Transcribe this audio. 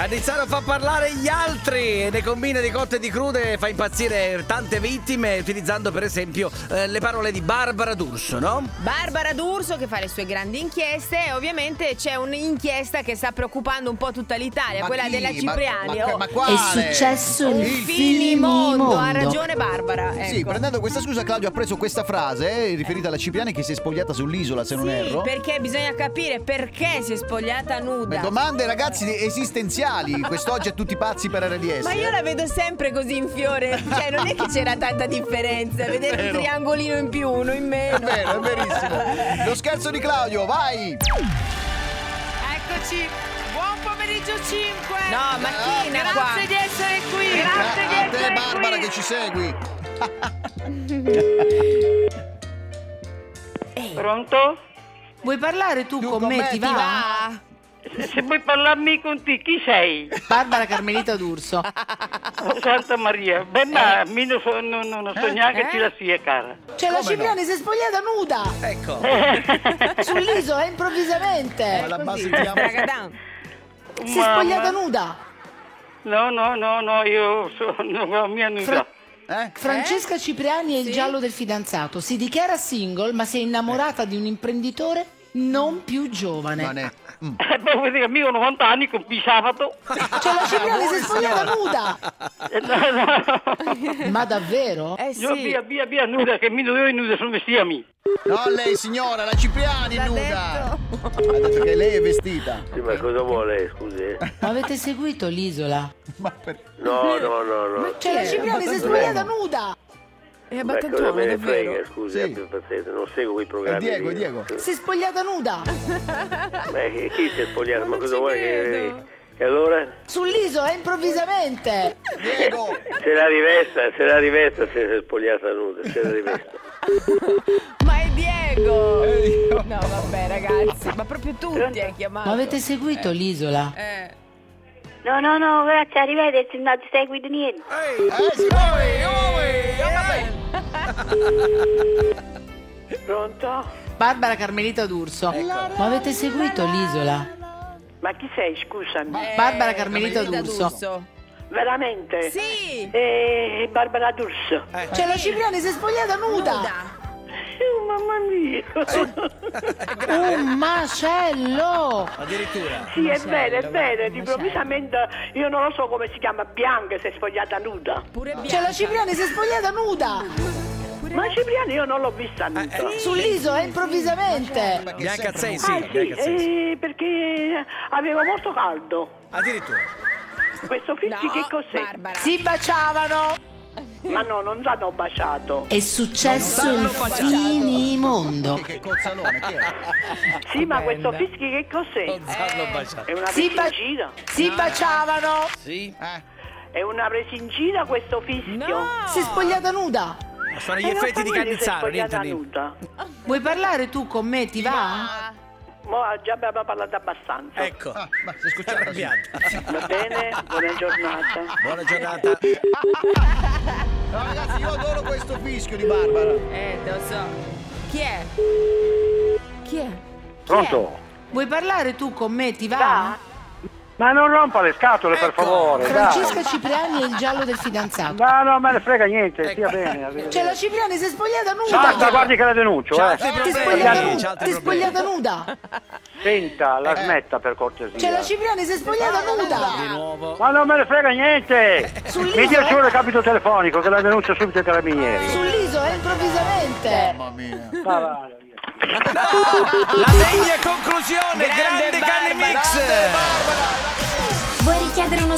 Cannizzaro fa parlare gli altri e ne combina di cotte e di crude e fa impazzire tante vittime utilizzando per esempio eh, le parole di Barbara D'Urso, no? Barbara D'Urso che fa le sue grandi inchieste e ovviamente c'è un'inchiesta che sta preoccupando un po' tutta l'Italia, Ma Eh, quella chi? della Ma- Cipriani. ma- oh. ma È quale? successo un il finimondo, finimondo. ha ragione Barbara. Ecco. Eh, Sì, prendendo questa scusa Claudio ha preso questa frase eh, riferita alla Cipriani che si è spogliata sull'isola, se non Sì, erro. perché bisogna capire perché si è spogliata Beh, nuda. domande ragazzi di- esistenziali, quest'oggi è tutti pazzi per RDS. Ma io la vedo sempre così in fiore, cioè non è che c'era tanta differenza, vedere un vero. triangolino in più, uno in È meno. vero, è verissimo. Lo scherzo di Claudio, vai! Eccoci, buon pomeriggio 5. No, macchina Grazie qua. di essere qui. Gra- Ah, a te Barbara che ci segui. Pronto? Vuoi parlare tu, con, me, ti va? Se, se puoi parlarmi con te, chi sei? Barbara Carmelita D'Urso. Oh, Santa Maria. Beh, ma mi non so, non, non- non so neanche eh? chi la sia, cara. Cioè la Cipriani si è spogliata nuda Ecco. Eh. sull'isola improvvisamente. Ma la Così, basitiamo. stragadan. Si è spogliata Mamma. nuda. No, no, no, no, io sono la mia nuda. Fra- Eh? Francesca Cipriani è il giallo del fidanzato. Si dichiara single, ma si è innamorata di un imprenditore non più giovane. Non è. Mm. Eh, beh, vuol dire, amico 90 anni con sabato. Cioè la Cipriani si è spogliata nuda. Eh, no, Eh, no. Ma davvero? Eh Io sì, via, via, via, nuda, che mi dovevo nuda, sono vestiami. No, lei signora, la Cipriani l'ha nuda. detto. Ha detto che lei è vestita. Sì, ma cosa vuole, scusi? Ma avete seguito l'isola? Ma per... No, no, no, no. Cioè la Cipriani si è spogliata nuda. È a Ma cosa Batantuono, Ecco, me ne davvero. frega, scusi, Sì. abbia pazienza, non seguo quei Eh, programmi. Diego, lì. Diego. Si è spogliata nuda. Ma chi chi si è spogliato? Ma Non cosa ci vuole credo. che... E allora? Sull'isola eh, improvvisamente. Diego! Se la rivesta, se la rivesta se si è spogliata nuda, se la rivesta. Ma è Diego! No, vabbè, ragazzi, ma proprio tutti hai chiamato. Ma avete seguito l'isola? Eh. No, no, no, grazie, arrivederci, non ti seguito niente. Ehi, Eh, sì. oi, oi, oh, vabbè. Pronto? Barbara Carmelita D'Urso. Ma avete seguito l'isola? Eh, Ma chi sei, scusami? Barbara Carmelita D'Urso. D'Urso. Veramente? Sì! Eh, Barbara D'Urso. Cioè la Cipriani si è spogliata nuda. Nuda. Oh, mamma mia. Eh, Un macello. Addirittura. Sì, è vero, è vero, improvvisamente io non lo so come si chiama Bianca se è spogliata nuda. Pure bianca. Cioè la Cipriani si è spogliata nuda. Ma Eh. Cipriani io non l'ho vista nuda. Sull'isola eh, improvvisamente. Bianca Zensi, Ah sì, Bianca Zensi. eh, perché aveva molto caldo. Addirittura. Questo No, fischi che cos'è? Barbara. Si baciavano. Ma no, non l'hanno baciato. È successo il finimondo. Che cozzalone, chi è? Sì, ma questo fischi che cos'è? Non sanno baciare. È una Sì, ma- presa in giro? Si baciavano. Sì. Eh? È una presa in giro questo fischio? No! Si è spogliata nuda. Ma sono gli E Eh, non effetti di so dire se è Cannizzaro, niente, spogliata niente. nuda. Vuoi parlare tu con me? Ti va? Mo già abbiamo parlato abbastanza. Ecco. Ah, ma si è È scocciata. sì. arrabbiata. Va bene, buona giornata. Buona giornata. No, Ah, ragazzi, io adoro questo fischio di Barbara. Eh, lo so. Chi è? Chi è? Pronto? Vuoi parlare tu con me? Ti va? Va? Ma non rompa le scatole, per Ecco, favore. Dai. Francesca Cipriani è il giallo del fidanzato. No, no, me ne frega niente, Ecco. stia bene. Cioè la Cipriani si è spogliata Basta, nuda. guardi che la denuncio, C'ha eh. altri Ti è problemi. spogliata Ciao, c'ha nuda. altri Ti è problemi. spogliata nuda. Senta, la Eh. smetta per Cioè cortesia. la Cipriani si è spogliata nuda. Di nuovo. Ma non me ne frega Eh. niente! Mi dia eh? solo il capito telefonico che la denuncio subito ai carabinieri. Sull'isola eh, Eh. improvvisamente. Mamma mia. Ma vada, via. La degna conclusione. Grande Grande Canni Mix. Vuoi richiedere uno